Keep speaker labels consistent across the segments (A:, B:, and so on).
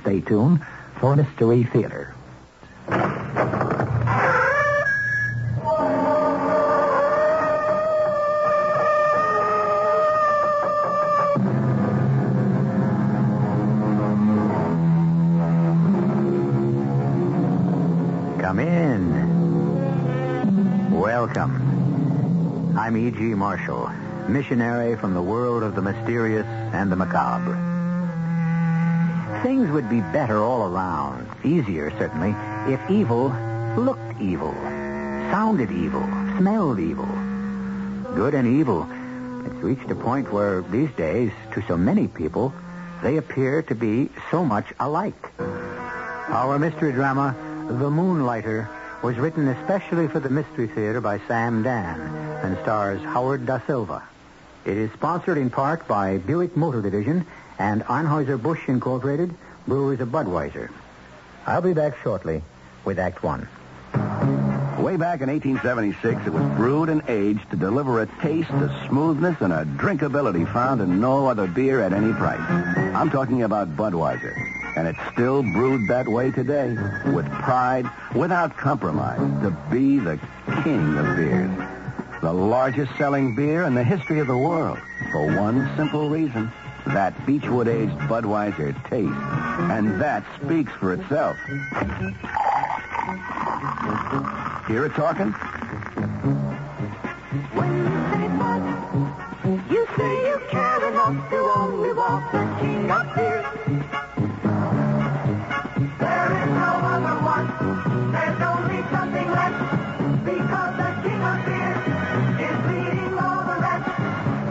A: stay tuned for Mystery Theater. Come in. Welcome. I'm E.G. Marshall, missionary from the world of the mysterious and the macabre. Things would be better all around, easier certainly, if evil looked evil, sounded evil, smelled evil. Good and evil. It's reached a point where these days, to so many people, they appear to be so much alike. Our mystery drama, The Moonlighter, was written especially for the Mystery Theater by Sam Dan and stars Howard Da Silva. It is sponsored in part by Buick Motor Division and Anheuser-Busch Incorporated, Brewers of Budweiser. I'll be back shortly with Act One.
B: Way back in 1876, it was brewed and aged to deliver a taste, a smoothness, and a drinkability found in no other beer at any price. I'm talking about Budweiser. And it's still brewed that way today, with pride, without compromise, to be the king of beers. The largest selling beer in the history of the world, for one simple reason. That Beechwood aged Budweiser taste. And that speaks for itself. Hear it talking?
C: When you say mud, you say you care enough to only walk the king of beers. There is no other one. There's only something left. Because the king of beers is leading all the rest.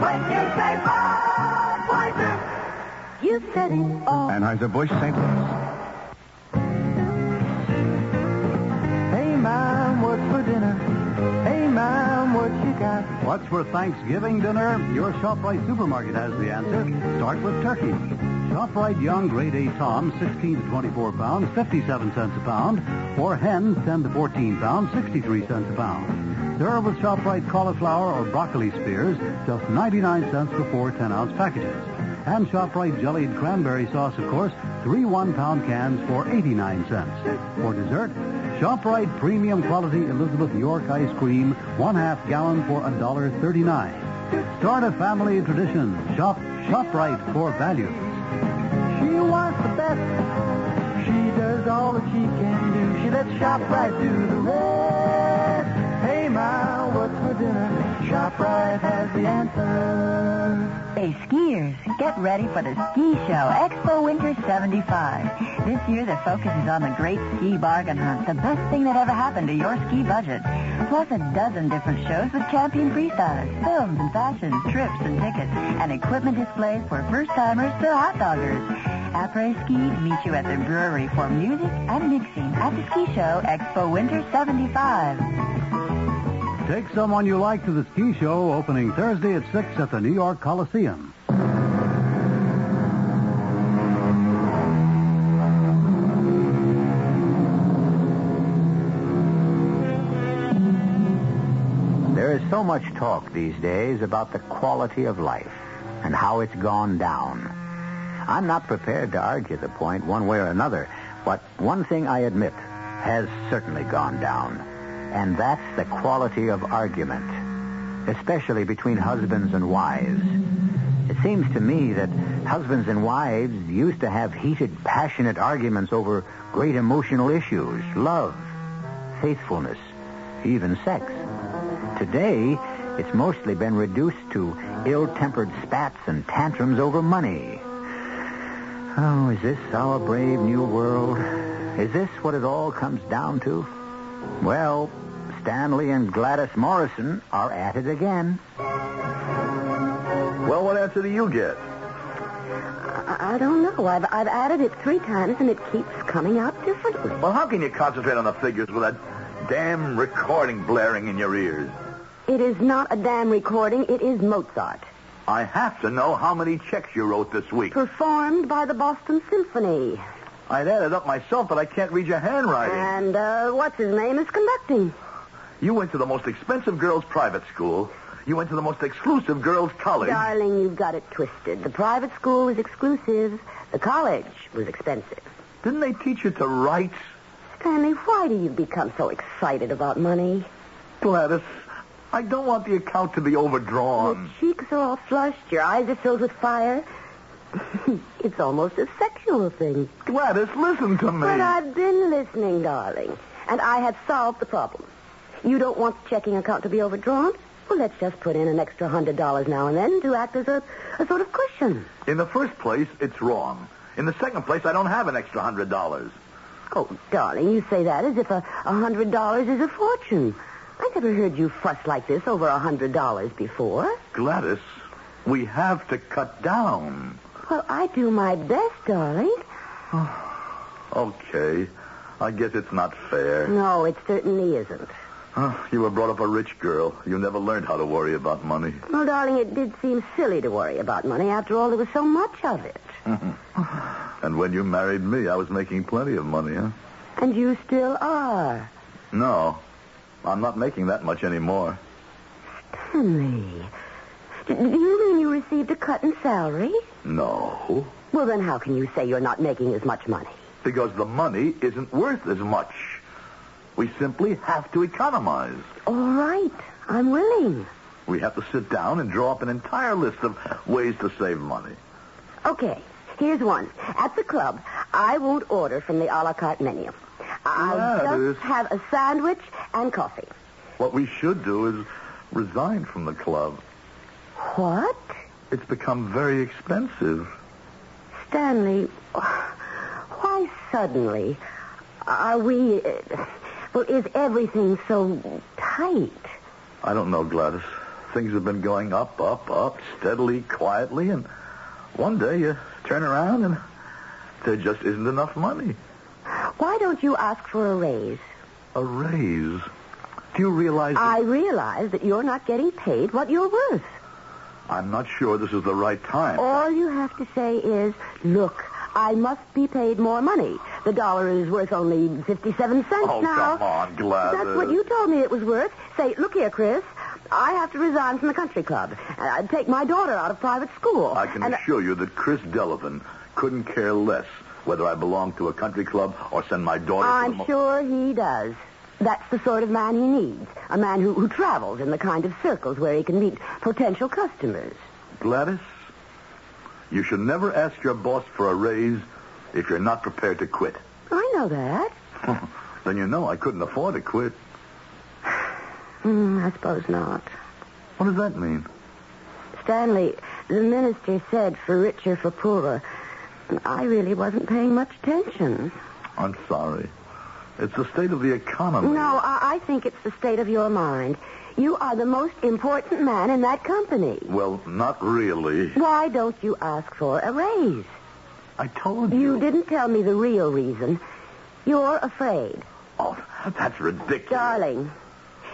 C: When you say Budweiser, you said it all.
B: Anheuser-Busch, St. Louis.
A: Hey, Mom, what's for dinner? Hey, Mom, what you got? What's for Thanksgiving dinner? Your ShopRite supermarket has the answer. Start with turkey. ShopRite Young Grade A Tom, 16 to 24 pounds, 57 cents a pound. Or hens, 10 to 14 pounds, 63 cents a pound. Serve with ShopRite cauliflower or broccoli spears, just 99 cents for four 10-ounce packages. And ShopRite jellied cranberry sauce, of course, three one-pound cans for 89 cents. For dessert, ShopRite premium quality Elizabeth York ice cream, one half gallon for $1.39. Start a family tradition. Shop ShopRite for values. She wants the best. She does all that she can do. She lets ShopRite do the rest. Hey, Ma, what's for dinner? ShopRite has the answer.
D: Hey, skiers, get ready for the ski show, Expo Winter 75. This year, the focus is on the great ski bargain hunt, the best thing that ever happened to your ski budget. Plus a dozen different shows with champion freestylers, films and fashions, trips and tickets, and equipment displays for first-timers to hot doggers. Après-ski, meet you at the brewery for music and mixing at the ski show, Expo Winter 75.
A: Take someone you like to the ski show opening Thursday at 6 at the New York Coliseum. There is so much talk these days about the quality of life and how it's gone down. I'm not prepared to argue the point one way or another, but one thing I admit has certainly gone down, and that's the quality of argument, especially between husbands and wives. It seems to me that husbands and wives used to have heated, passionate arguments over great emotional issues, love, faithfulness, even sex. Today, it's mostly been reduced to ill-tempered spats and tantrums over money. Oh, is this our brave new world? Is this what it all comes down to? Well, Stanley and Gladys Morrison are at it again.
B: Well, what answer do you get?
E: I, I don't know. I've, I've added it three times, and it keeps coming out differently.
B: Well, how can you concentrate on the figures with that damn recording blaring in your ears?
E: It is not a damn recording. It is Mozart,
B: I have to know how many checks you wrote this week.
E: performed by the Boston Symphony.
B: I'd add it up myself, but I can't read your handwriting.
E: And uh, what's his name is conducting.
B: You went to the most expensive girls' private school. You went to the most exclusive girls' college.
E: Darling, you've got it twisted. The private school was exclusive. The college was expensive.
B: Didn't they teach you to write?
E: Stanley, why do you become so excited about money?
B: Gladys, I don't want the account to be overdrawn.
E: Your cheeks are all flushed. Your eyes are filled with fire. it's almost a sexual thing.
B: Gladys, listen to me.
E: But I've been listening, darling. And I have solved the problem. You don't want the checking account to be overdrawn? Well, let's just put in an extra hundred dollars now and then to act as a, a sort of cushion.
B: In the first place, it's wrong. In the second place, I don't have an extra hundred dollars.
E: Oh, darling, you say that as if a a hundred dollars is a fortune. I never heard you fuss like this over a hundred dollars before.
B: Gladys, we have to cut down.
E: Well, I do my best, darling.
B: Okay. I guess it's not fair.
E: No, it certainly isn't.
B: Oh, you were brought up a rich girl. You never learned how to worry about money.
E: Well, darling, it did seem silly to worry about money. After all, there was so much of it.
B: And when you married me, I was making plenty of money, huh?
E: And you still are.
B: No. I'm not making that much anymore.
E: Henry, d- do you mean you received a cut in salary?
B: No.
E: Well, then how can you say you're not making as much money?
B: Because the money isn't worth as much. We simply have to economize.
E: All right, I'm willing.
B: We have to sit down and draw up an entire list of ways to save money.
E: Okay, here's one. At the club, I won't order from the a la carte menu. I'll
B: Gladys.
E: just have a sandwich and coffee.
B: What we should do is resign from the club.
E: What?
B: It's become very expensive.
E: Stanley, why suddenly? Are we. uh, Well, is everything so tight?
B: I don't know, Gladys. Things have been going up, up, up, steadily, quietly, and one day you turn around and there just isn't enough money.
E: Why don't you ask for a raise?
B: A raise. Do you realize that
E: I realize that you're not getting paid what you're worth.
B: I'm not sure this is the right time.
E: All you have to say is, look, I must be paid more money. The dollar is worth only 57 cents
B: Oh,
E: now.
B: come on, Gladys.
E: That's what you told me it was worth. Say, look here, Chris. I have to resign from the country club. And I'd take my daughter out of private school.
B: I can
E: and
B: assure you that Chris Delavan couldn't care less whether I belong to a country club or send my daughter to the...
E: I'm
B: mo-
E: sure he does. That's the sort of man he needs. A man who, who travels in the kind of circles where he can meet potential customers.
B: Gladys, you should never ask your boss for a raise if you're not prepared to quit.
E: I know that.
B: then you know I couldn't afford to quit.
E: Hmm, I suppose not.
B: What does that mean?
E: Stanley, the minister said for richer, for poorer. I really wasn't paying much attention.
B: I'm sorry. It's the state of the economy.
E: No, I, I think it's the state of your mind. You are the most important man in that company.
B: Well, not really.
E: Why don't you ask for a raise?
B: I told you.
E: You didn't tell me the real reason. You're afraid.
B: Oh, that's ridiculous.
E: Darling,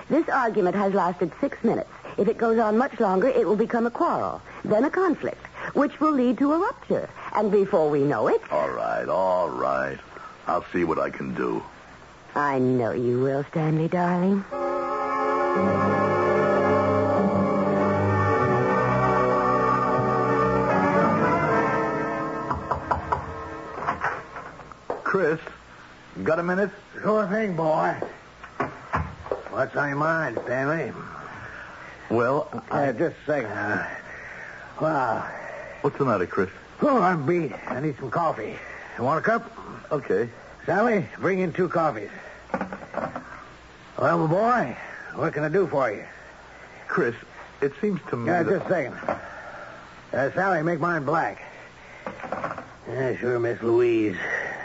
E: this argument has lasted six minutes. If it goes on much longer, it will become a quarrel, then a conflict, which will lead to a rupture. And before we know it,
B: All right, all right. I'll see what I can do.
E: I know you will, Stanley, darling.
B: Chris, got a minute?
F: Sure thing, boy. What's on your mind, Stanley?
B: Well,
F: Uh, just a second. wow.
B: what's the matter, Chris?
F: Oh, I'm beat. I need some coffee. You want a cup?
B: Okay.
F: Sally, bring in two coffees. Well, boy, what can I do for you?
B: Chris, it seems to me
F: Yeah,
B: that...
F: just a second. Uh, Sally, make mine black. Yeah, sure, Miss Louise.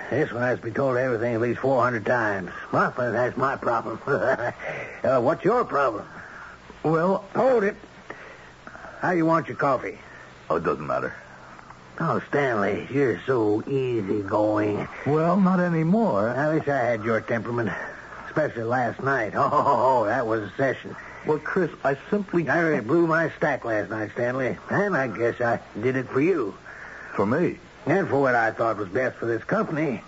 F: This one has to be told everything at least 400 times. My, friend, that's my problem. uh, what's your problem?
B: Well,
F: Hold it. How you want your coffee?
B: oh, it doesn't matter.
F: Oh, Stanley, you're so easygoing.
B: Well, not anymore.
F: I wish I had your temperament, especially last night. Oh, that was a session.
B: Well, Chris, I simply...
F: I really blew my stack last night, Stanley, and I guess I did it for you.
B: For me.
F: And for what I thought was best for this company,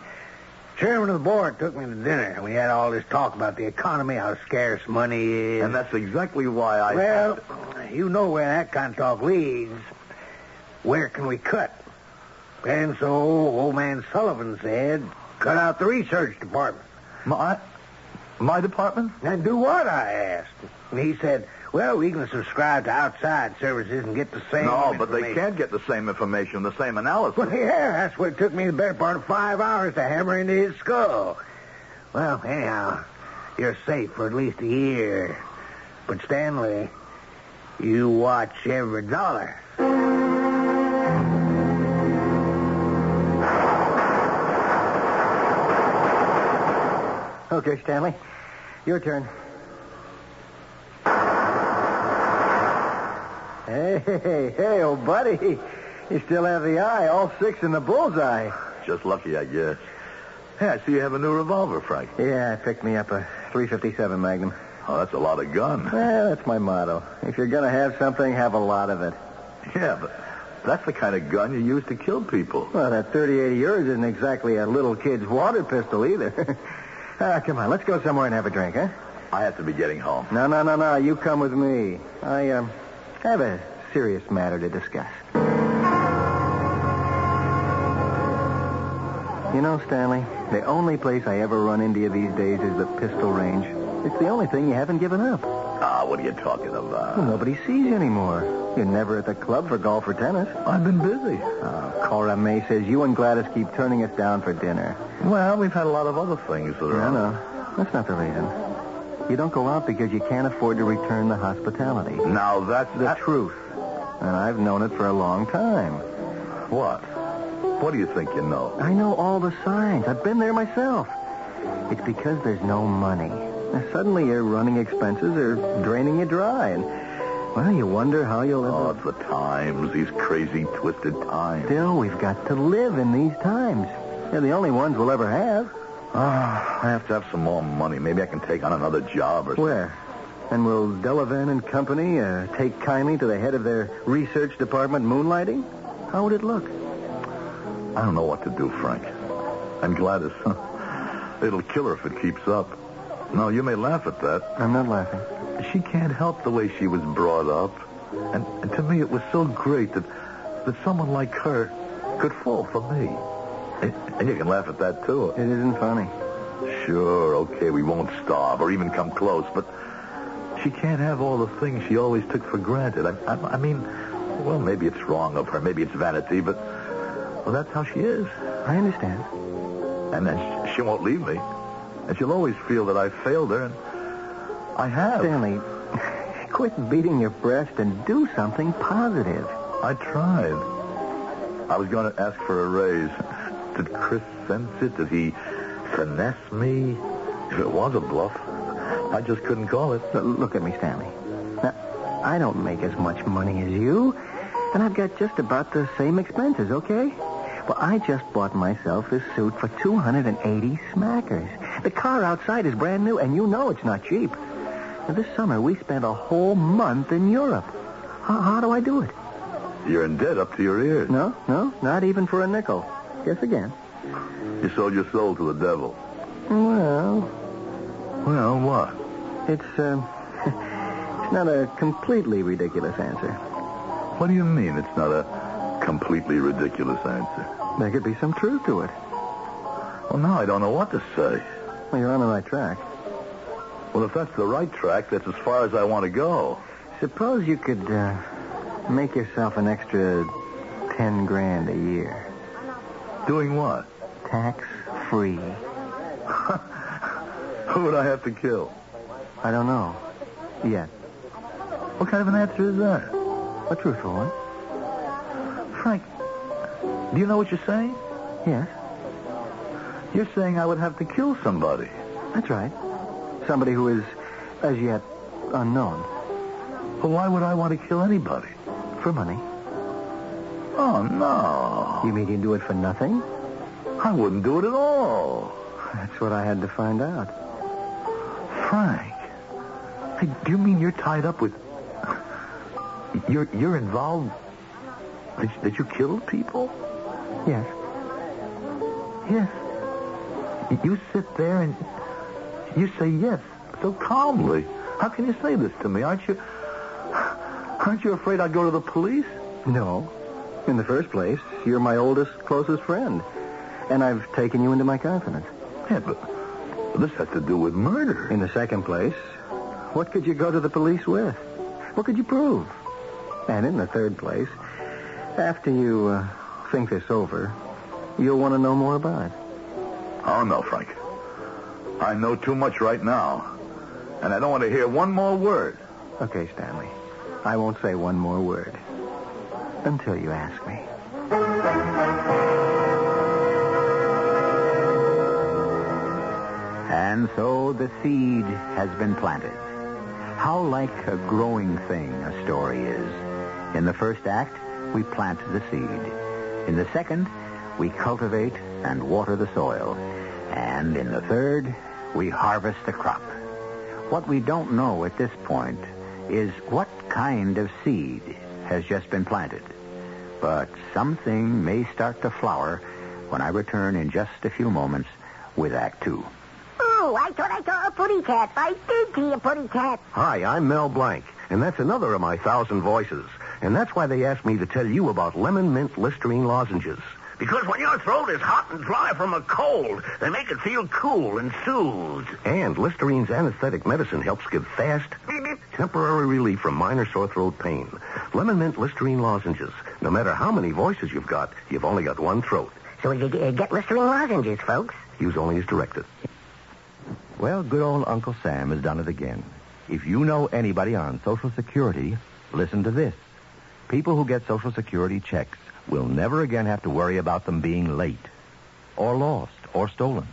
F: chairman of the board took me to dinner. We had all this talk about the economy, how scarce money is.
B: And that's exactly why I...
F: well, you know where that kind of talk leads. Where can we cut? And so old man Sullivan said, Cut out the research department.
C: My, my department?
F: And do what, I asked. And he said, well, we can subscribe to outside services and get the same
B: No, but they
F: information.
B: can't get the same information, the same analysis.
F: Well, yeah, that's what took me the better part of five hours to hammer into his skull. Well, anyhow, you're safe for at least a year. But, Stanley, you watch every dollar.
C: Okay, Stanley. Your turn. Hey, hey, hey, old buddy. You still have the eye, all six in the bullseye.
B: Just lucky, I guess. Hey, I see you have a new revolver, Frank.
C: Yeah, I picked me up a 357 Magnum.
B: Oh, that's a lot of gun.
C: Well, that's my motto. If you're going to have something, have a lot of it.
B: Yeah, but that's the kind of gun you use to kill people.
C: Well, that 38 of yours isn't exactly a little kid's water pistol either. ah, come on, let's go somewhere and have a drink, huh?
B: I have to be getting home.
C: No, no, no, no. You come with me. I um, have a serious matter to discuss. You know, Stanley, the only place I ever run into you these days is the pistol range. It's the only thing you haven't given up.
B: Ah, what are you talking about?
C: Well, nobody sees you anymore. You're never at the club for golf or tennis.
B: I've been busy.
C: Oh, Cora May says you and Gladys keep turning us down for dinner.
B: Well, we've had a lot of other things that are
C: No, no, that's not the reason. You don't go out because you can't afford to return the hospitality.
B: Now that's
C: the truth. And I've known it for a long time.
B: What? What do you think you know?
C: I know all the signs. I've been there myself. It's because there's no money. Now, suddenly your running expenses are draining you dry, and well, you wonder how you'll
B: Oh,
C: live.
B: it's the times, these crazy, twisted times.
C: Still, we've got to live in these times. They're the only ones we'll ever have.
B: Ah, I have to have some more money. Maybe I can take on another job or something.
C: Where? And will Delavan and company uh, take kindly to the head of their research department moonlighting? How would it look?
B: I don't know what to do, Frank. And Gladys, it'll kill her if it keeps up. No, you may laugh at that.
C: I'm not laughing.
B: She can't help the way she was brought up. And, and to me, it was so great that, that someone like her could fall for me. And, and you can laugh at that, too.
C: It isn't funny.
B: Sure, okay, we won't starve or even come close, but she can't have all the things she always took for granted. I, I, I mean, well, maybe it's wrong of her, maybe it's vanity, but well, that's how she is.
C: I understand.
B: And then she, she won't leave me, and she'll always feel that I failed her, and I have.
C: Stanley, quit beating your breast and do something positive.
B: I tried. I was going to ask for a raise. Did Chris sense it? Did he finesse me? If it was a bluff, I just couldn't call it.
C: L- look at me, Stanley. Now, I don't make as much money as you, and I've got just about the same expenses, okay? Well, I just bought myself this suit for 280 smackers. The car outside is brand new, and you know it's not cheap. Now, this summer, we spent a whole month in Europe. How, how do I do it?
B: You're in debt up to your ears.
C: No, no, not even for a nickel. Guess again.
B: You sold your soul to the devil.
C: Well,
B: Well, what?
C: It's, um, it's not a completely ridiculous answer.
B: What do you mean it's not a completely ridiculous answer?
C: There could be some truth to it.
B: Well, now I don't know what to say.
C: Well, you're on the right track.
B: Well, if that's the right track, that's as far as I want to go.
C: Suppose you could uh, make yourself an extra ten grand a year,
B: Doing what?
C: tax free.
B: Who would I have to kill?
C: I don't know yet.
B: What kind of an answer is that?
C: A truthful one?
B: Frank, do you know what you're saying?
C: Yes,
B: You're saying I would have to kill somebody.
C: that's right. Somebody who is as yet unknown
B: But why would I want to kill anybody?
C: for money.
B: Oh, no.
C: You mean you do it for nothing?
B: I wouldn't do it at all.
C: That's what I had to find out.
B: Frank, hey, do you mean you're tied up with? You're you're involved? Did, did you kill people?
C: Yes.
B: Yes. You sit there and you say yes so calmly. How can you say this to me? Aren't you? Aren't you afraid I'd go to the police?
C: No. In the first place, you're my oldest, closest friend.
G: and I've taken you into my confidence.
B: Yeah, but this has to do with murder.
G: In the second place, what could you go to the police with? What could you prove? And in the third place, after you uh, think this over, you'll want to know more about it.
B: Oh, no, Frank. I know too much right now. And I don't want to hear one more word.
G: Okay, Stanley. I won't say one more word until you ask me.
A: And so the seed has been planted. How like a growing thing a story is. In the first act, we plant the seed. In the second, we cultivate and water the soil. And in the third, we harvest the crop. What we don't know at this point is what kind of seed has just been planted. But something may start to flower when I return in just a few moments with Act Two.
E: Oh, I thought I saw a pretty cat. I did see a pretty cat.
G: Hi, I'm Mel Blank, and that's another of my thousand voices. And that's why they asked me to tell you about lemon mint Listerine lozenges.
F: Because when your throat is hot and dry from a cold, they make it feel cool and soothed.
G: And Listerine's anesthetic medicine helps give fast, temporary relief from minor sore throat pain. Lemon mint Listerine lozenges. No matter how many voices you've got, you've only got one throat.
E: So we could uh, get Listerine lozenges, folks.
G: Use only as directed. Well, good old Uncle Sam has done it again. If you know anybody on Social Security, listen to this. People who get Social Security checks will never again have to worry about them being late, or lost, or stolen.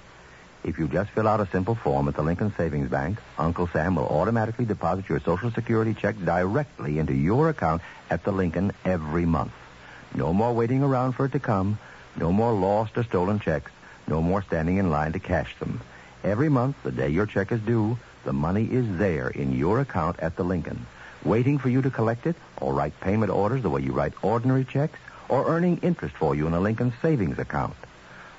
G: If you just fill out a simple form at the Lincoln Savings Bank, Uncle Sam will automatically deposit your Social Security check directly into your account at the Lincoln every month. No more waiting around for it to come, no more lost or stolen checks, no more standing in line to cash them. Every month, the day your check is due, the money is there in your account at the Lincoln, waiting for you to collect it or write payment orders the way you write ordinary checks or earning interest for you in a Lincoln savings account.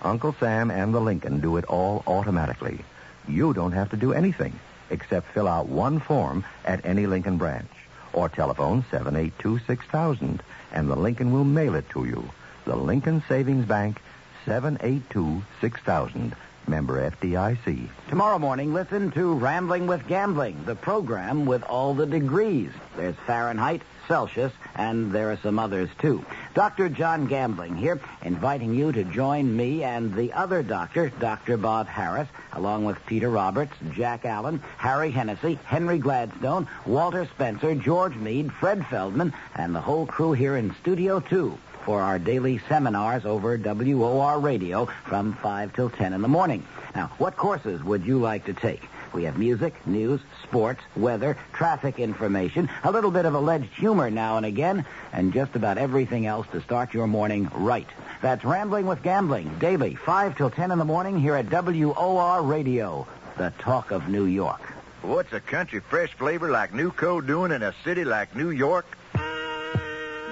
G: Uncle Sam and the Lincoln do it all automatically. You don't have to do anything except fill out one form at any Lincoln branch or telephone 782 6000 and the Lincoln will mail it to you. The Lincoln Savings Bank, 782 6000. Member FDIC.
H: Tomorrow morning, listen to Rambling with Gambling, the program with all the degrees. There's Fahrenheit, Celsius, and there are some others, too. Dr. John Gambling here, inviting you to join me and the other doctor, Dr. Bob Harris, along with Peter Roberts, Jack Allen, Harry Hennessy, Henry Gladstone, Walter Spencer, George Meade, Fred Feldman, and the whole crew here in Studio 2 for our daily seminars over WOR radio from 5 till 10 in the morning. Now, what courses would you like to take? We have music, news, sports, weather, traffic information, a little bit of alleged humor now and again, and just about everything else to start your morning right. That's Rambling with Gambling, daily, 5 till 10 in the morning here at WOR Radio, the talk of New York.
I: What's a country fresh flavor like New Code doing in a city like New York?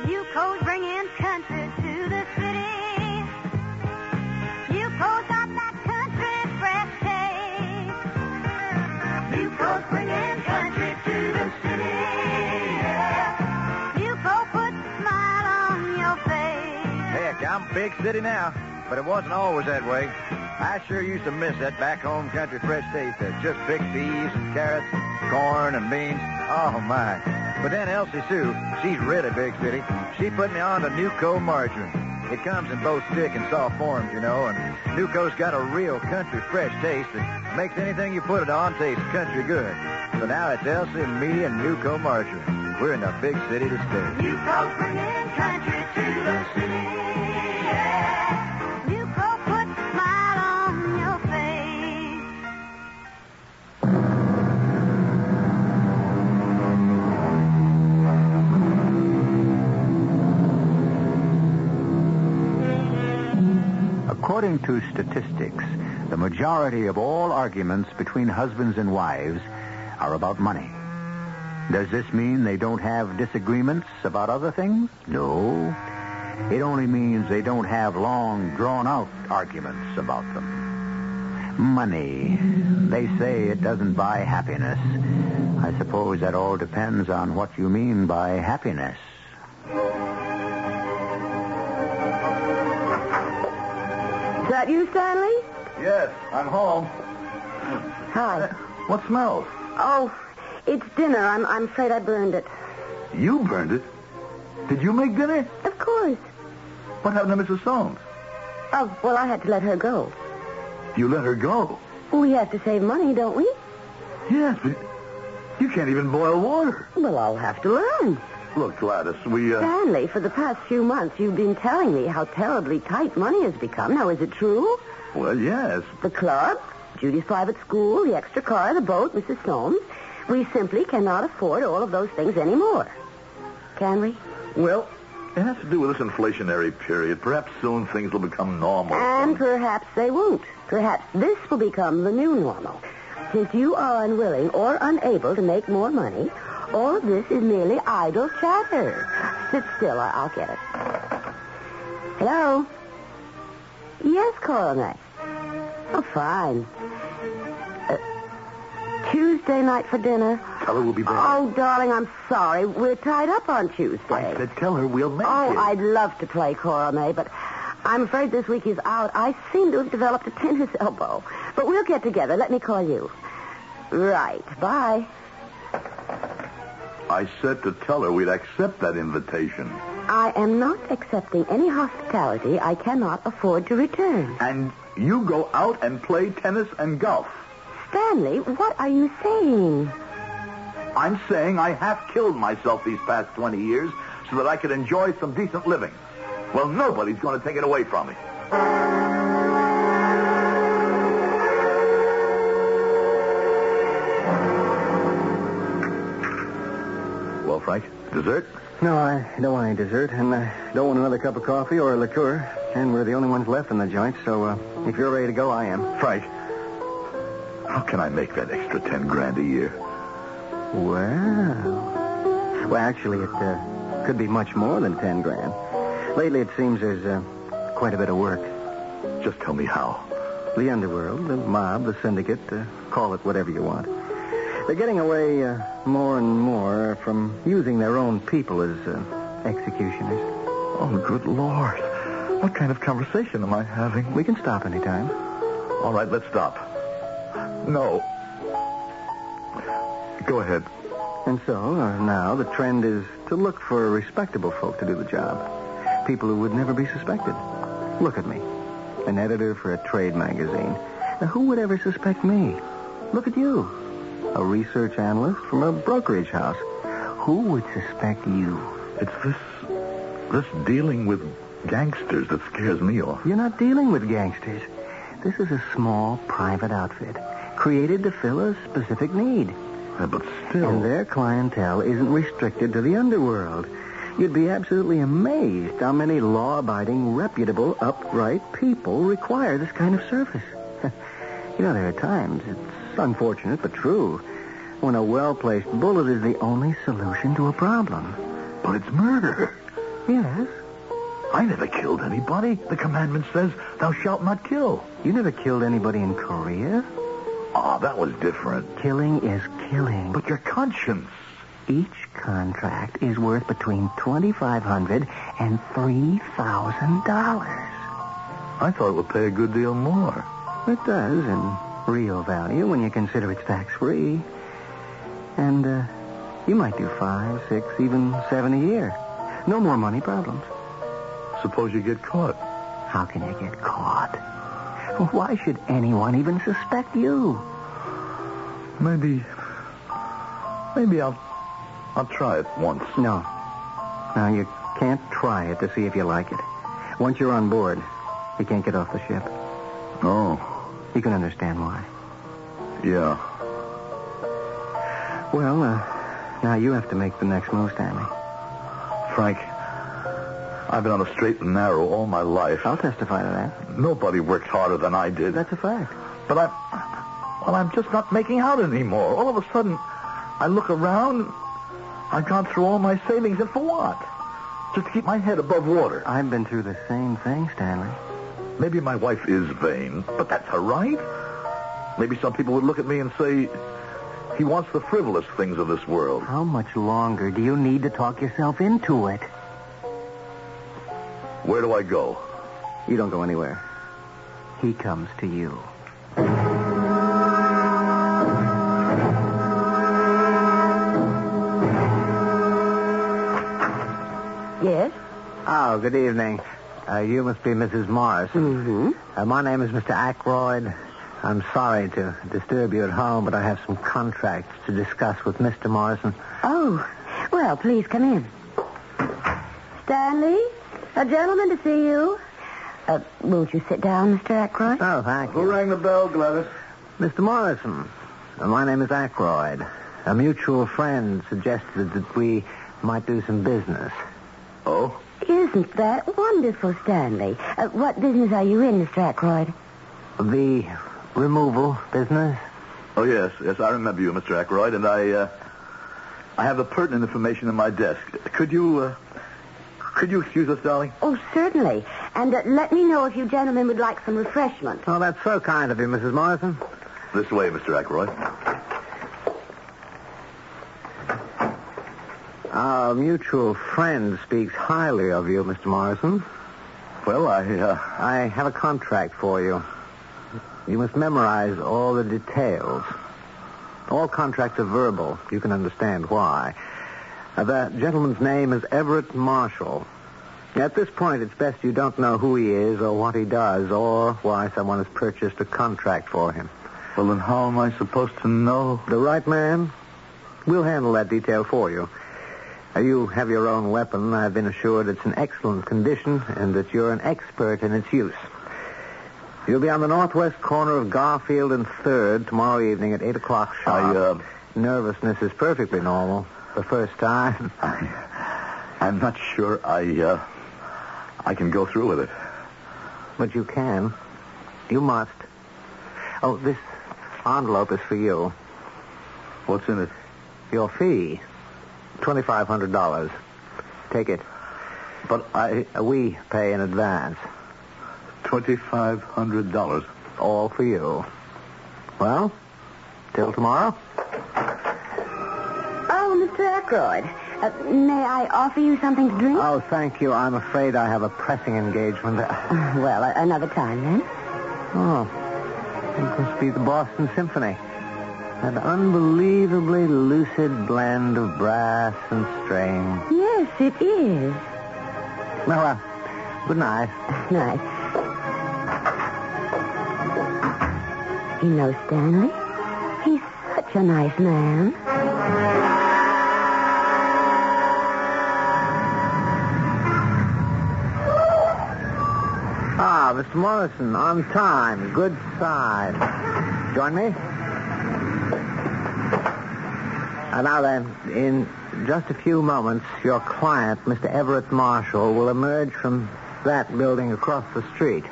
J: You cold bringing country to the city. You cold got that country fresh taste. You cold bringing country to the city. Yeah. You cold put a smile on your face.
I: Heck, I'm big city now, but it wasn't always that way. I sure used to miss that back home country fresh taste of just big peas and carrots, corn and beans. Oh my. But then Elsie Sue, she's really big city. She put me on to Nuco margarine. It comes in both thick and soft forms, you know, and Nuco's got a real country fresh taste that makes anything you put it on taste country good. So now it's Elsie and me and Nuco margarine. We're in the big city to stay.
J: You cold bringing country to the city. Yeah. You cold put a smile on your face.
A: According to statistics, the majority of all arguments between husbands and wives are about money. Does this mean they don't have disagreements about other things? No. It only means they don't have long, drawn out arguments about them. Money. They say it doesn't buy happiness. I suppose that all depends on what you mean by happiness.
E: that you, Stanley?
B: Yes, I'm home.
E: Hi.
B: What smells?
E: Oh, it's dinner. I'm, I'm afraid I burned it.
B: You burned it? Did you make dinner?
E: Of course.
B: What happened to Mrs. Soames?
E: Oh, well, I had to let her go.
B: You let her go.
E: We have to save money, don't we?
B: Yes, but you can't even boil water.
E: Well, I'll have to learn.
B: Look, Gladys, we, uh...
E: Stanley, for the past few months, you've been telling me how terribly tight money has become. Now, is it true?
B: Well, yes.
E: The club, Judy's private school, the extra car, the boat, Mrs. Soames. We simply cannot afford all of those things anymore. Can we?
B: Well, it has to do with this inflationary period. Perhaps soon things will become normal.
E: And perhaps they won't. Perhaps this will become the new normal. Since you are unwilling or unable to make more money, all of this is merely idle chatter. Sit still, I- I'll get it. Hello? Yes, Coral Night. Oh, fine. Uh, Tuesday night for dinner.
B: Tell her we'll be back.
E: Oh, darling, I'm sorry. We're tied up on Tuesday.
B: I said tell her we'll make
E: Oh,
B: it.
E: I'd love to play Coral May, but I'm afraid this week he's out. I seem to have developed a tennis elbow. But we'll get together. Let me call you. Right. Bye.
B: I said to tell her we'd accept that invitation.
E: I am not accepting any hospitality I cannot afford to return.
B: And you go out and play tennis and golf.
E: Stanley, what are you saying?
B: I'm saying I have killed myself these past 20 years so that I could enjoy some decent living. Well, nobody's going to take it away from me. Well, Frank, dessert?
C: No, I don't want any dessert, and I don't want another cup of coffee or a liqueur. And we're the only ones left in the joint, so uh, if you're ready to go, I am.
B: Frank, how can I make that extra 10 grand a year?
C: Well, well, actually, it uh, could be much more than ten grand. Lately, it seems there's uh, quite a bit of work.
B: Just tell me how.
C: The underworld, the mob, the syndicate, uh, call it whatever you want. They're getting away uh, more and more from using their own people as uh, executioners.
B: Oh, good Lord. What kind of conversation am I having?
C: We can stop anytime.
B: All right, let's stop. No. Go ahead.
C: And so uh, now the trend is to look for respectable folk to do the job. People who would never be suspected. Look at me. An editor for a trade magazine. Now, who would ever suspect me? Look at you. A research analyst from a brokerage house. Who would suspect you?
B: It's this this dealing with gangsters that scares me off.
C: You're not dealing with gangsters. This is a small private outfit created to fill a specific need.
B: Yeah, but still,
C: And their clientele isn't restricted to the underworld. You'd be absolutely amazed how many law-abiding, reputable, upright people require this kind of service. you know, there are times, it's unfortunate but true, when a well-placed bullet is the only solution to a problem.
B: but it's murder.
C: Yes.
B: I never killed anybody. The commandment says, "Thou shalt not kill."
C: You never killed anybody in Korea.
B: Ah, that was different.
C: Killing is killing.
B: But your conscience.
C: Each contract is worth between $2,500 and $3,000.
B: I thought it would pay a good deal more.
C: It does in real value when you consider it's tax-free. And uh, you might do five, six, even seven a year. No more money problems.
B: Suppose you get caught.
C: How can you get caught? Why should anyone even suspect you?
B: Maybe. Maybe I'll. I'll try it once.
C: No. No, you can't try it to see if you like it. Once you're on board, you can't get off the ship.
B: Oh,
C: You can understand why.
B: yeah.
C: Well, uh, now you have to make the next move, Stanley.
B: Frank, I've been on a straight and narrow all my life.
C: I'll testify to that.
B: Nobody worked harder than I did.
C: That's a fact.
B: But I'm, well, I'm just not making out anymore. All of a sudden, I look around. I've gone through all my savings, and for what? Just to keep my head above water.
C: I've been through the same thing, Stanley.
B: Maybe my wife is vain, but that's her right. Maybe some people would look at me and say, he wants the frivolous things of this world.
C: How much longer do you need to talk yourself into it?
B: Where do I go?
C: You don't go anywhere.
K: he comes to you.
E: Yes?
K: Oh, good evening. Uh, you must be Mrs. Morris.
E: Mm-hmm.
K: Uh, my name is Mr. Ackroyd. I'm sorry to disturb you at home, but I have some contracts to discuss with Mr. Morrison.
E: Oh, well, please come in. Stanley, a gentleman to see you. Uh, won't you sit down, Mr. Ackroyd?
K: Oh, thank you.
F: Who rang the bell, Gladys?
K: Mr. Morrison, uh, my name is Ackroyd. A mutual friend suggested that we might do some business.
B: Oh?
E: Isn't that wonderful, Stanley? Uh, what business are you in, Mr. Ackroyd?
K: The removal business?
B: Oh, yes, yes, I remember you, Mr. Ackroyd, and I, uh, I have the pertinent information in my desk. Could you, uh, could you excuse us, darling?
E: Oh, certainly. And uh, let me know if you gentlemen would like some refreshment.
K: Oh, that's so kind of you, Mrs. Morrison.
B: This way, Mr. Ackroyd.
K: Our mutual friend speaks highly of you, Mr. Morrison.
B: Well, I, uh,
K: I have a contract for you. You must memorize all the details. All contracts are verbal. You can understand why. Uh, that gentleman's name is Everett Marshall. At this point, it's best you don't know who he is or what he does or why someone has purchased a contract for him.
B: Well, then how am I supposed to know?
K: The right man? We'll handle that detail for you. Uh, You have your own weapon. I've been assured it's in excellent condition and that you're an expert in its use. You'll be on the northwest corner of Garfield and 3rd tomorrow evening at 8 o'clock sharp.
B: I, uh,
K: Nervousness is perfectly normal. The first time.
B: I'm not sure I, uh, I can go through with it.
K: But you can. You must. Oh, this envelope is for you.
B: What's in it?
K: Your fee. $2,500. Take it.
B: But I,
K: We pay in advance.
B: twenty-five hundred dollars.
K: All for you. Well, till tomorrow?
E: Oh, Mr. Ackroyd, uh, may I offer you something to drink?
K: Oh, thank you. I'm afraid I have a pressing engagement.
E: Well, uh, another time then.
K: Oh, it must be the Boston Symphony. That unbelievably lucid blend of brass and string.
E: Yes, it is.
K: Well, uh, good night.
E: Nice. You know Stanley? He's such a nice man.
K: Ah, Mr. Morrison, on time. Good sign. Join me? And Uh, now then, in just a few moments, your client, Mr. Everett Marshall, will emerge from that building across the street.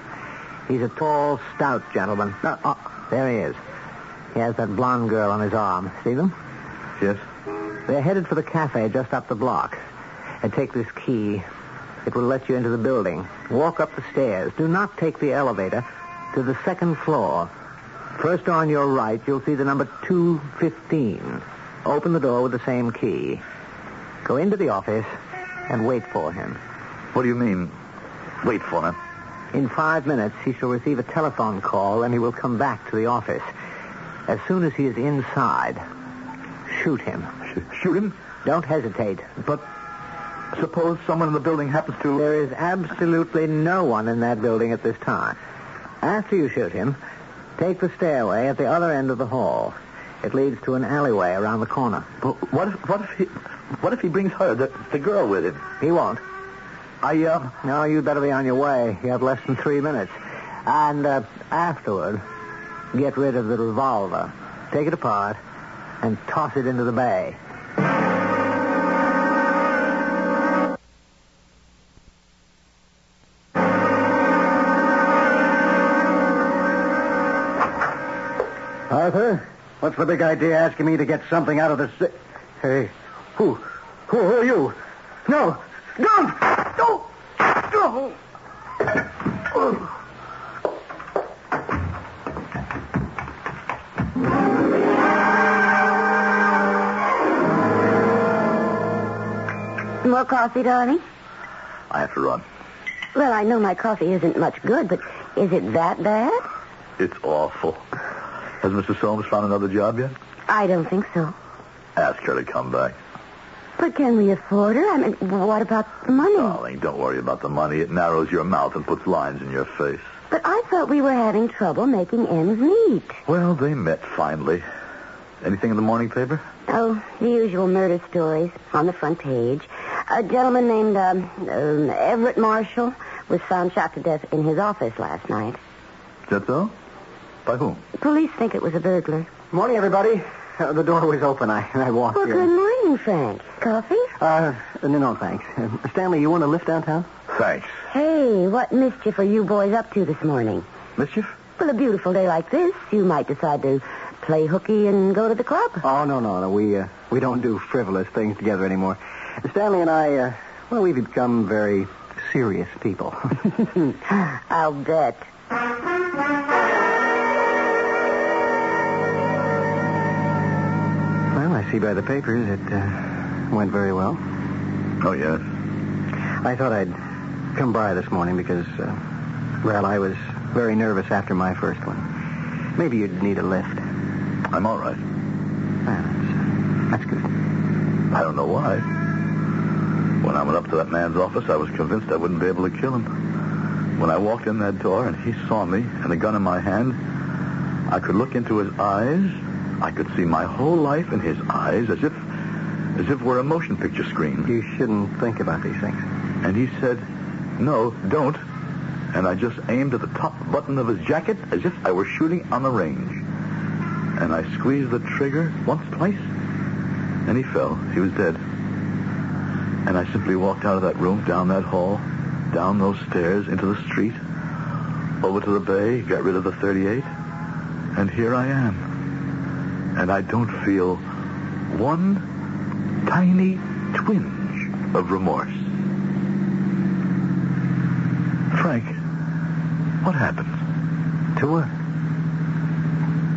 K: He's a tall, stout gentleman. Uh, oh, there he is. He has that blonde girl on his arm. See them?
B: Yes.
K: They're headed for the cafe just up the block. And take this key. It will let you into the building. Walk up the stairs. Do not take the elevator to the second floor. First on your right, you'll see the number 215. Open the door with the same key. Go into the office and wait for him.
B: What do you mean? Wait for him.
K: In five minutes, he shall receive a telephone call and he will come back to the office. As soon as he is inside, shoot him.
B: Sh- shoot him?
K: Don't hesitate.
B: But suppose someone in the building happens to.
K: There is absolutely no one in that building at this time. After you shoot him, take the stairway at the other end of the hall. It leads to an alleyway around the corner.
B: But What if, what if he, what if he brings her, the, the girl with him?
K: He won't.
B: I, uh,
K: No, you'd better be on your way. You have less than three minutes. And uh, afterward, get rid of the revolver. Take it apart and toss it into the bay.
F: Arthur, what's the big idea asking me to get something out of the... Si- hey, who, who, who are you? No, don't, don't,
K: Oh.
F: don't.
E: More coffee, darling?
B: I have to run.
E: Well, I know my coffee isn't much good, but is it that bad?
B: It's awful. Has Mrs. Soames found another job yet?
E: I don't think so.
B: Ask her to come back.
E: But can we afford her? I mean, what about the money?
K: Oh.
B: Darling, don't worry about the money. It narrows your mouth and puts lines in your face.
E: But I thought we were having trouble making ends meet.
B: Well, they met finally. Anything in the morning paper?
E: Oh, the usual murder stories on the front page. A gentleman named um, um, Everett Marshall was found shot to death in his office last night.
B: Is that so? By whom?
E: Police think it was a burglar.
K: Morning, everybody. Uh, the door was open. I, I walked
E: Well,
K: in.
E: good morning, Frank. Coffee?
K: Uh, no, no, thanks. Um, Stanley, you want a lift downtown?
B: Thanks.
E: Hey, what mischief are you boys up to this morning?
B: Mischief?
E: Well, a beautiful day like this, you might decide to play hooky and go to the club.
K: Oh, no, no, no. We, uh, we don't do frivolous things together anymore. Stanley and I, uh, well, we've become very serious people.
E: I'll bet.
K: Well, I see by the papers it uh, went very well.
B: Oh, yes.
K: I thought I'd come by this morning because, uh, well, I was very nervous after my first one. Maybe you'd need a lift.
B: I'm all right.
K: Ah, That's good.
B: I don't know why. When I went up to that man's office, I was convinced I wouldn't be able to kill him. When I walked in that door and he saw me and the gun in my hand, I could look into his eyes. I could see my whole life in his eyes as if as if we're a motion picture screen.
K: You shouldn't think about these things.
B: And he said, "No, don't." And I just aimed at the top button of his jacket as if I were shooting on the range. And I squeezed the trigger once, twice, and he fell. He was dead. And I simply walked out of that room, down that hall, down those stairs, into the street, over to the bay, got rid of the 38, and here I am. And I don't feel one tiny twinge of remorse. Frank, what happened?
K: To what?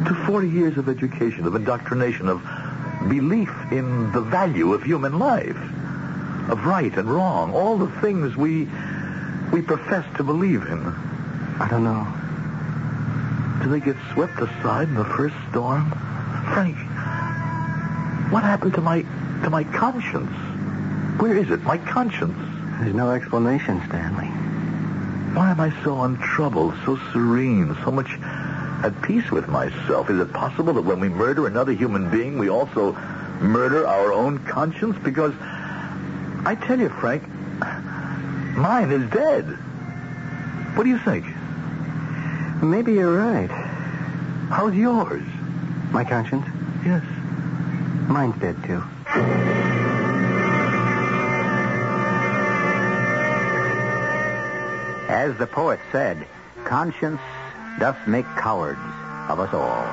B: To 40 years of education, of indoctrination, of belief in the value of human life, of right and wrong, all the things we we profess to believe in.
K: I don't know.
B: Do they get swept aside in the first storm? Frank, what happened to my to my conscience? Where is it? My conscience.
K: There's no explanation, Stanley.
B: Why am I so untroubled, so serene, so much at peace with myself? Is it possible that when we murder another human being, we also murder our own conscience? Because I tell you, Frank, mine is dead. What do you think?
K: Maybe you're right.
B: How's yours?
K: My conscience?
B: Yes.
K: Mine's dead, too.
A: As the poet said, conscience doth make cowards of us all.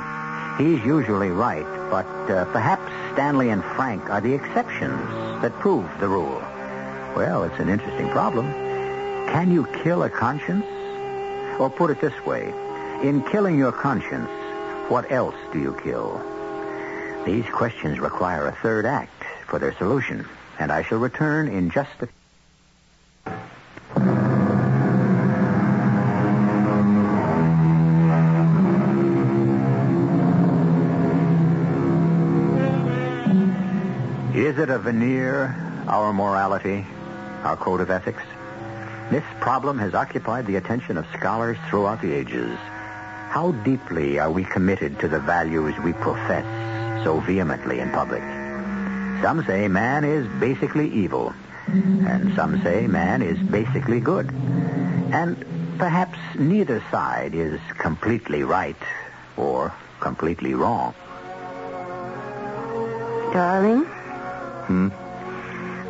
A: He's usually right, but uh, perhaps Stanley and Frank are the exceptions that prove the rule. Well, it's an interesting problem. Can you kill a conscience? Or put it this way, in killing your conscience, what else do you kill? These questions require a third act for their solution, and I shall return in just a Is it a veneer, our morality, our code of ethics? This problem has occupied the attention of scholars throughout the ages. How deeply are we committed to the values we profess so vehemently in public? Some say man is basically evil, and some say man is basically good. And perhaps neither side is completely right or completely wrong.
E: Darling,
B: Hmm?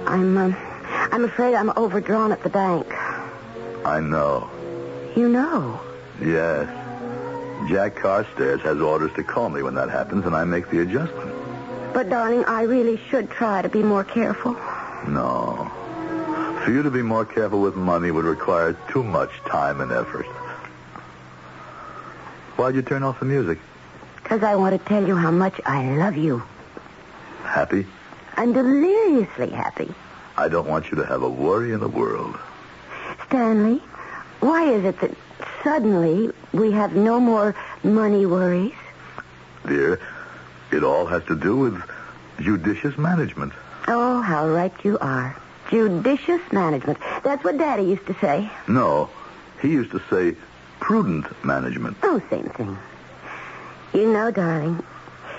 E: I'm, um, I'm afraid I'm overdrawn at the bank.
B: I know.
E: You know.
B: Yes. Jack Carstairs has orders to call me when that happens, and I make the adjustment.
E: But, darling, I really should try to be more careful.
B: No. For you to be more careful with money would require too much time and effort. Why'd you turn off the music?
E: Because I want to tell you how much I love you.
B: Happy?
E: I'm deliriously happy.
B: I don't want you to have a worry in the world.
E: Stanley, why is it that suddenly we have no more money worries?
B: Dear, it all has to do with judicious management.
E: Oh, how right you are. Judicious management. That's what Daddy used to say.
B: No, he used to say prudent management.
E: Oh, same thing. You know, darling,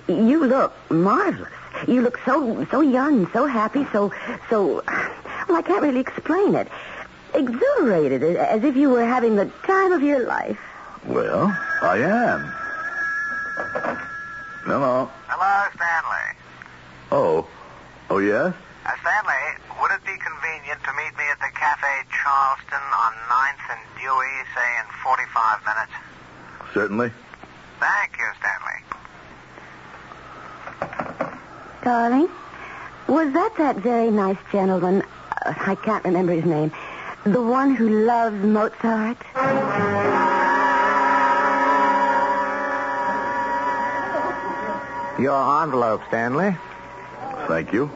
E: you look marvelous. You look so so young, so happy, so so. Well, I can't really explain it. Exhilarated, as if you were having the time of your life.
B: Well, I am. Hello.
L: Hello, Stanley.
B: Oh. Oh, yes?
L: Uh, Stanley, would it be convenient to meet me at the Cafe Charleston on 9th and Dewey, say in 45 minutes?
B: Certainly.
L: Thank you, Stanley.
E: Darling, was that that very nice gentleman? Uh, I can't remember his name. The one who loves Mozart?
K: Your envelope, Stanley. Uh,
B: Thank you.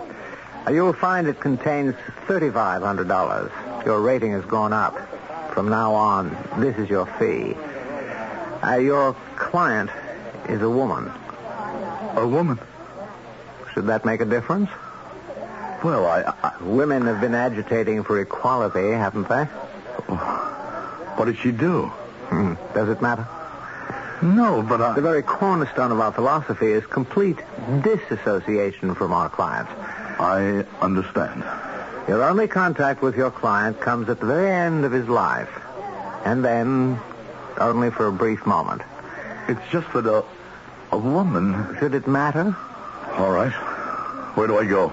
K: You'll find it contains $3,500. Your rating has gone up. From now on, this is your fee. Uh, your client is a woman.
B: A woman?
K: Should that make a difference?
B: Well, I, I...
K: Women have been agitating for equality, haven't they?
B: What did she do?
K: Hmm. Does it matter?
B: No, but I...
K: uh, The very cornerstone of our philosophy is complete disassociation from our clients.
B: I understand.
K: Your only contact with your client comes at the very end of his life, and then only for a brief moment.
B: It's just that a, a woman.
K: Should it matter?
B: All right. Where do I go?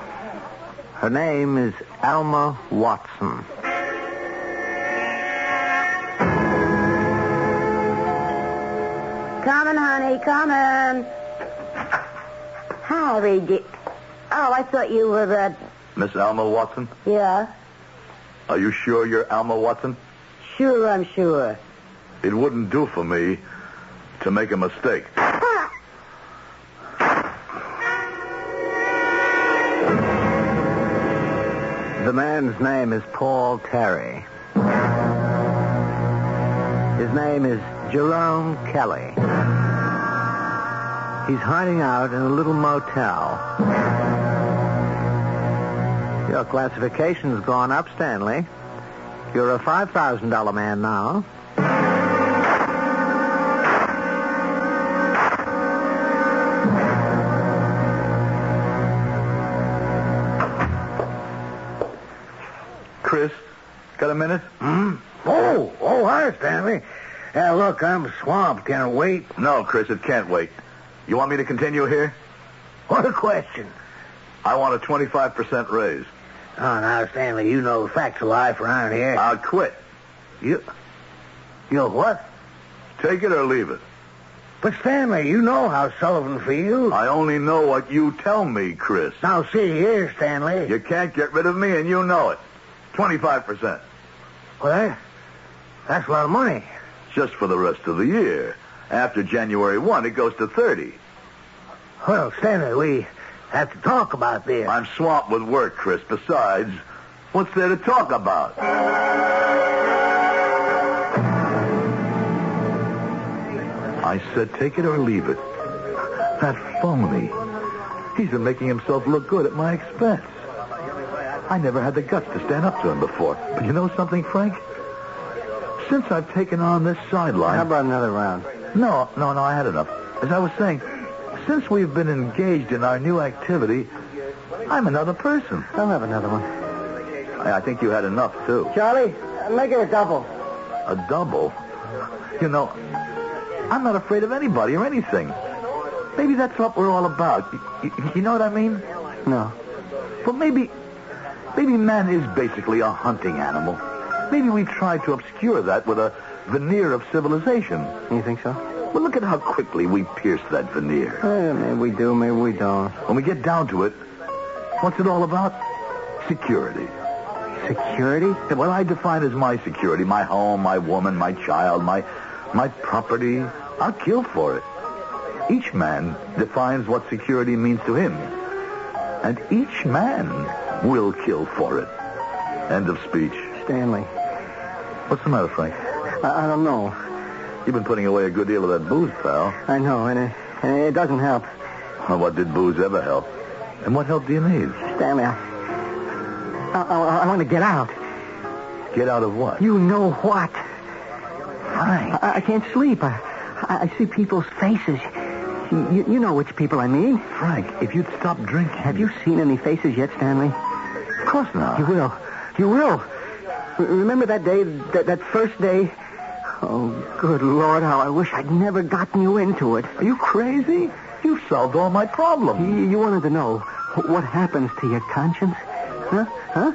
K: Her name is Alma Watson.
E: Coming, honey, coming. Hi, Reggie. Oh, I thought you were the.
B: Miss Alma Watson?
E: Yeah,
B: Are you sure you're Alma Watson?
E: sure, I'm sure.
B: It wouldn't do for me to make a mistake.
K: The man's name is Paul Terry. His name is Jerome Kelly. He's hiding out in a little motel. Your classification's gone up, Stanley. You're a $5,000 man now.
B: Chris, got a minute?
F: Hmm? Oh, oh, hi, Stanley. Yeah, look, I'm swamped. Can't wait.
B: No, Chris, it can't wait. You want me to continue here?
F: What a question.
B: I want a 25% raise.
F: Oh, now, Stanley, you know the facts of life around here.
B: I'll quit.
F: you, you what?
B: Take it or leave it.
F: But Stanley, you know how Sullivan feels.
B: I only know what you tell me, Chris.
F: Now, see here, Stanley.
B: You can't get rid of me, and you know it. 25%.
F: Well, that- that's a lot of money.
B: Just for the rest of the year. After January 1, it goes to 30.
F: Well, Stanley, we have to talk about this.
B: I'm swamped with work, Chris. Besides, what's there to talk about? I said take it or leave it. That phony. He's been making himself look good at my expense. I never had the guts to stand up to him before. But you know something, Frank? Since I've taken on this sideline...
K: How about another round?
B: No, no, no, I had enough. As I was saying, since we've been engaged in our new activity, I'm another person.
K: I'll have another one.
B: I, I think you had enough, too.
K: Charlie, make it a double.
B: A double? You know, I'm not afraid of anybody or anything. Maybe that's what we're all about. You, you- you know what I mean?
K: No.
B: But maybe, maybe man is basically a hunting animal. Maybe we try to obscure that with a veneer of civilization.
K: You think so?
B: Well, look at how quickly we pierce that veneer.
K: Eh, maybe we do, maybe we don't.
B: When we get down to it, what's it all about? Security.
K: Security?
B: And What I define as my security, my home, my woman, my child, my my property, I'll kill for it. Each man defines what security means to him. And each man will kill for it. End of speech.
K: Stanley,
B: What's the matter, Frank?
C: I, I don't know.
B: You've been putting away a good deal of that booze, pal.
C: I know, and it, and it doesn't help.
B: Well, what did booze ever help? And what help do you need?
C: Stanley, I, I, I, I want to get out.
B: Get out of what?
C: You know what?
B: Fine.
C: I, I can't sleep. I, I I see people's faces. You, you know which people I mean.
B: Frank, if you'd stop drinking.
C: Have you seen any faces yet, Stanley?
B: Of course not.
C: You will. You will. Re- Remember that day, that, that first day? Oh, good Lord, how I wish I'd never gotten you into it.
B: Are you crazy? You solved all my problems.
C: You, you wanted to know what happens to your conscience? Huh? Huh?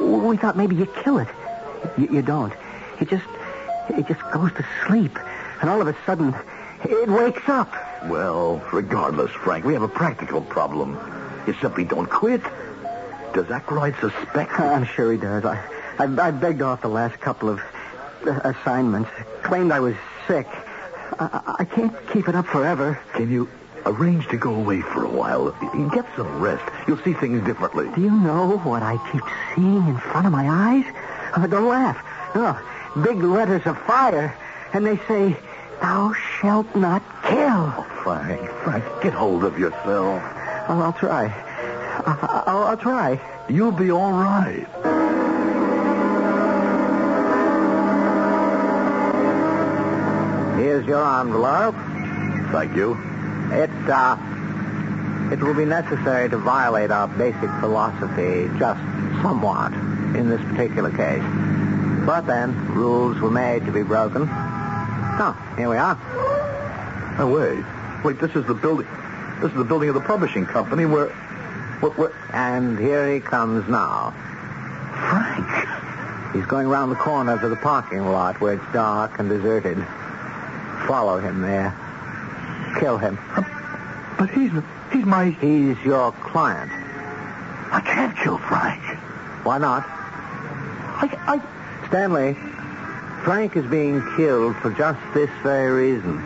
C: We thought maybe you kill it. You, you don't. It just, it just goes to sleep. And all of a sudden, it wakes up.
B: Well, regardless, Frank, we have a practical problem. You simply don't quit. Does Ackroyd suspect?
C: I'm sure he does. I, I, I begged off the last couple of uh, assignments, claimed I was sick. I, I can't keep it up forever.
B: Can you arrange to go away for a while? Get some rest. You'll see things differently.
C: Do you know what I keep seeing in front of my eyes? Uh, don't laugh. No, big letters of fire, and they say, "Thou shalt not kill."
B: Frank, Frank, get hold of yourself.
C: Oh, I'll, I'll try. I, I'll, I'll try.
B: You'll be all right.
C: Here's your envelope.
B: Thank you.
C: It, uh, it will be necessary to violate our basic philosophy just somewhat in this particular case. But then, rules were made to be broken. Oh, here we are.
B: Oh, wait. Wait, this is the building. This is the building of the publishing company where. What, what?
C: And here he comes now.
B: Frank!
C: He's going round the corner to the parking lot where it's dark and deserted. Follow him there. Kill him.
B: But he's. He's my.
C: He's your client.
B: I can't kill Frank.
C: Why not?
B: I.
C: Stanley, Frank is being killed for just this very reason.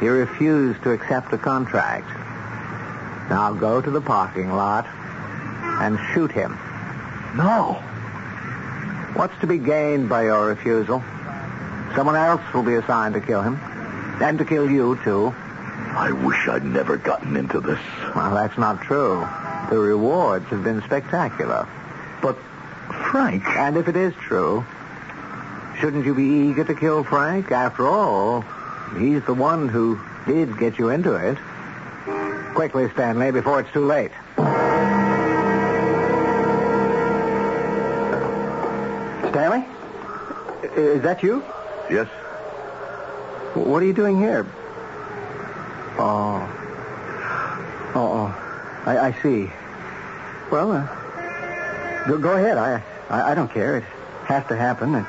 C: He refused to accept a contract. Now go to the parking lot and shoot him.
B: I no.
C: What's to be gained by your refusal? Someone else will be assigned to kill him. And to kill you, too.
B: I wish I'd never gotten into this.
C: Well, that's not true. The rewards have been spectacular.
B: But Frank.
C: And if it is true, shouldn't you be eager to kill Frank? After all, he's the one who did get you into it. Quickly, Stanley, before it's too late. Stanley? I- Is that you?
B: Yes.
C: What are you doing here? Oh. Oh, oh. I, I see. Well, uh, go, go ahead. I, I I don't care. It has to happen. It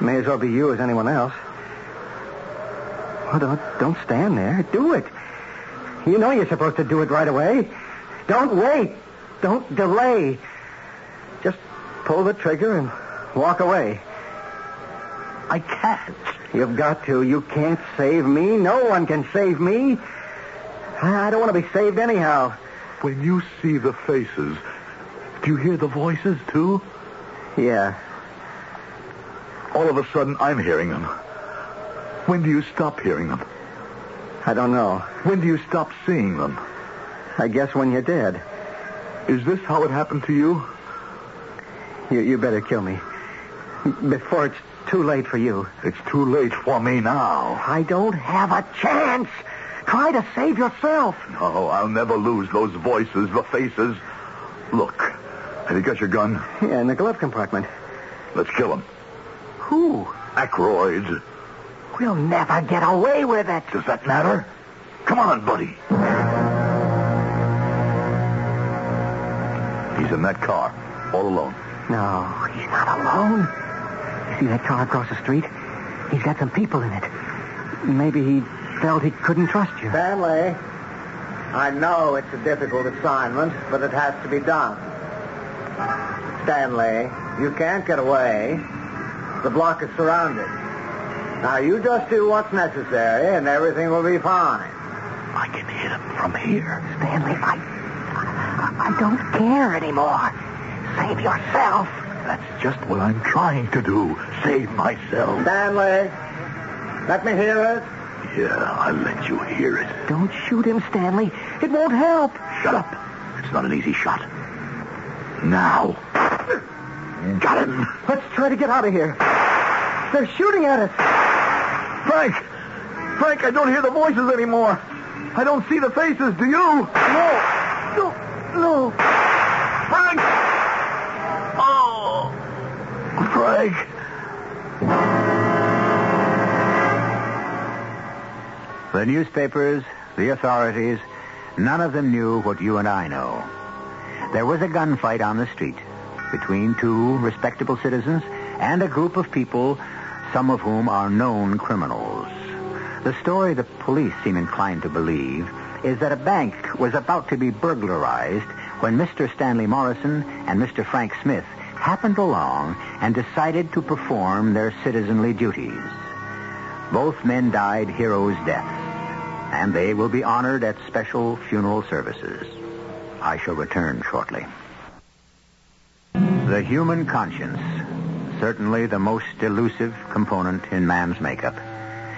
C: may as well be you as anyone else. Well, don't, uh, don't stand there. Do it. You know you're supposed to do it right away. Don't wait. Don't delay. Just pull the trigger and walk away.
B: I can't.
C: You've got to. You can't save me. No one can save me. I I don't want to be saved anyhow.
B: When you see the faces, do you hear the voices too?
C: Yeah.
B: All of a sudden, I'm hearing them. When do you stop hearing them?
C: I don't know.
B: When do you stop seeing them?
C: I guess when you're dead,
B: Is this how it happened to you?
C: you, you better kill me. Before it's too late for you.
B: It's too late for me now.
C: I don't have a chance. Try to save yourself.
B: No, I'll never lose those voices, the faces. Look, have you got your gun?
C: Yeah, in the glove compartment.
B: Let's kill him.
C: Who?
B: Ackroyd.
C: We'll never get away with it.
B: Does that matter? Come on, buddy. He's in that car, all alone.
C: No, he's not alone. You see that car across the street? He's got some people in it. Maybe he felt he couldn't trust you. Stanley, I know it's a difficult assignment, but it has to be done. Stanley, you can't get away. The block is surrounded. Now you just do what's necessary, and everything will be fine.
B: I can hit him from here.
C: Stanley, I, I don't care anymore. Save yourself.
B: That's just what I'm trying to do. Save myself.
F: Stanley, let me hear it.
B: Yeah, I'll let you hear it.
F: Don't shoot him, Stanley. It won't help.
B: Shut up. It's not an easy shot. Now. Got him.
F: Let's try to get out of here. They're shooting at us.
B: Frank! Frank, I don't hear the voices anymore. I don't see the faces. Do you? No.
F: No, no.
B: Frank! Oh! Frank!
A: The newspapers, the authorities, none of them knew what you and I know. There was a gunfight on the street between two respectable citizens and a group of people, some of whom are known criminals. The story the police seem inclined to believe is that a bank was about to be burglarized when Mr. Stanley Morrison and Mr. Frank Smith happened along and decided to perform their citizenly duties. Both men died heroes' deaths, and they will be honored at special funeral services. I shall return shortly. The human conscience, certainly the most elusive component in man's makeup.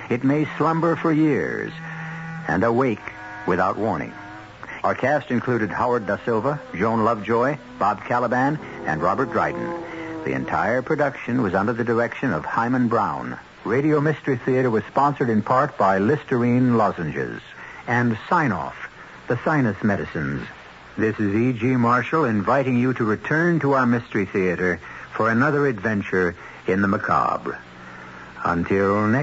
A: It may slumber for years and awake without warning. Our cast included Howard Da Silva, Joan Lovejoy, Bob Caliban, and Robert Dryden. The entire production was under the direction of Hyman Brown. Radio Mystery Theater was sponsored in part by Listerine lozenges and Sign Off, the sinus medicines. This is E.G. Marshall inviting you to return to our Mystery Theater for another adventure in the macabre. Until next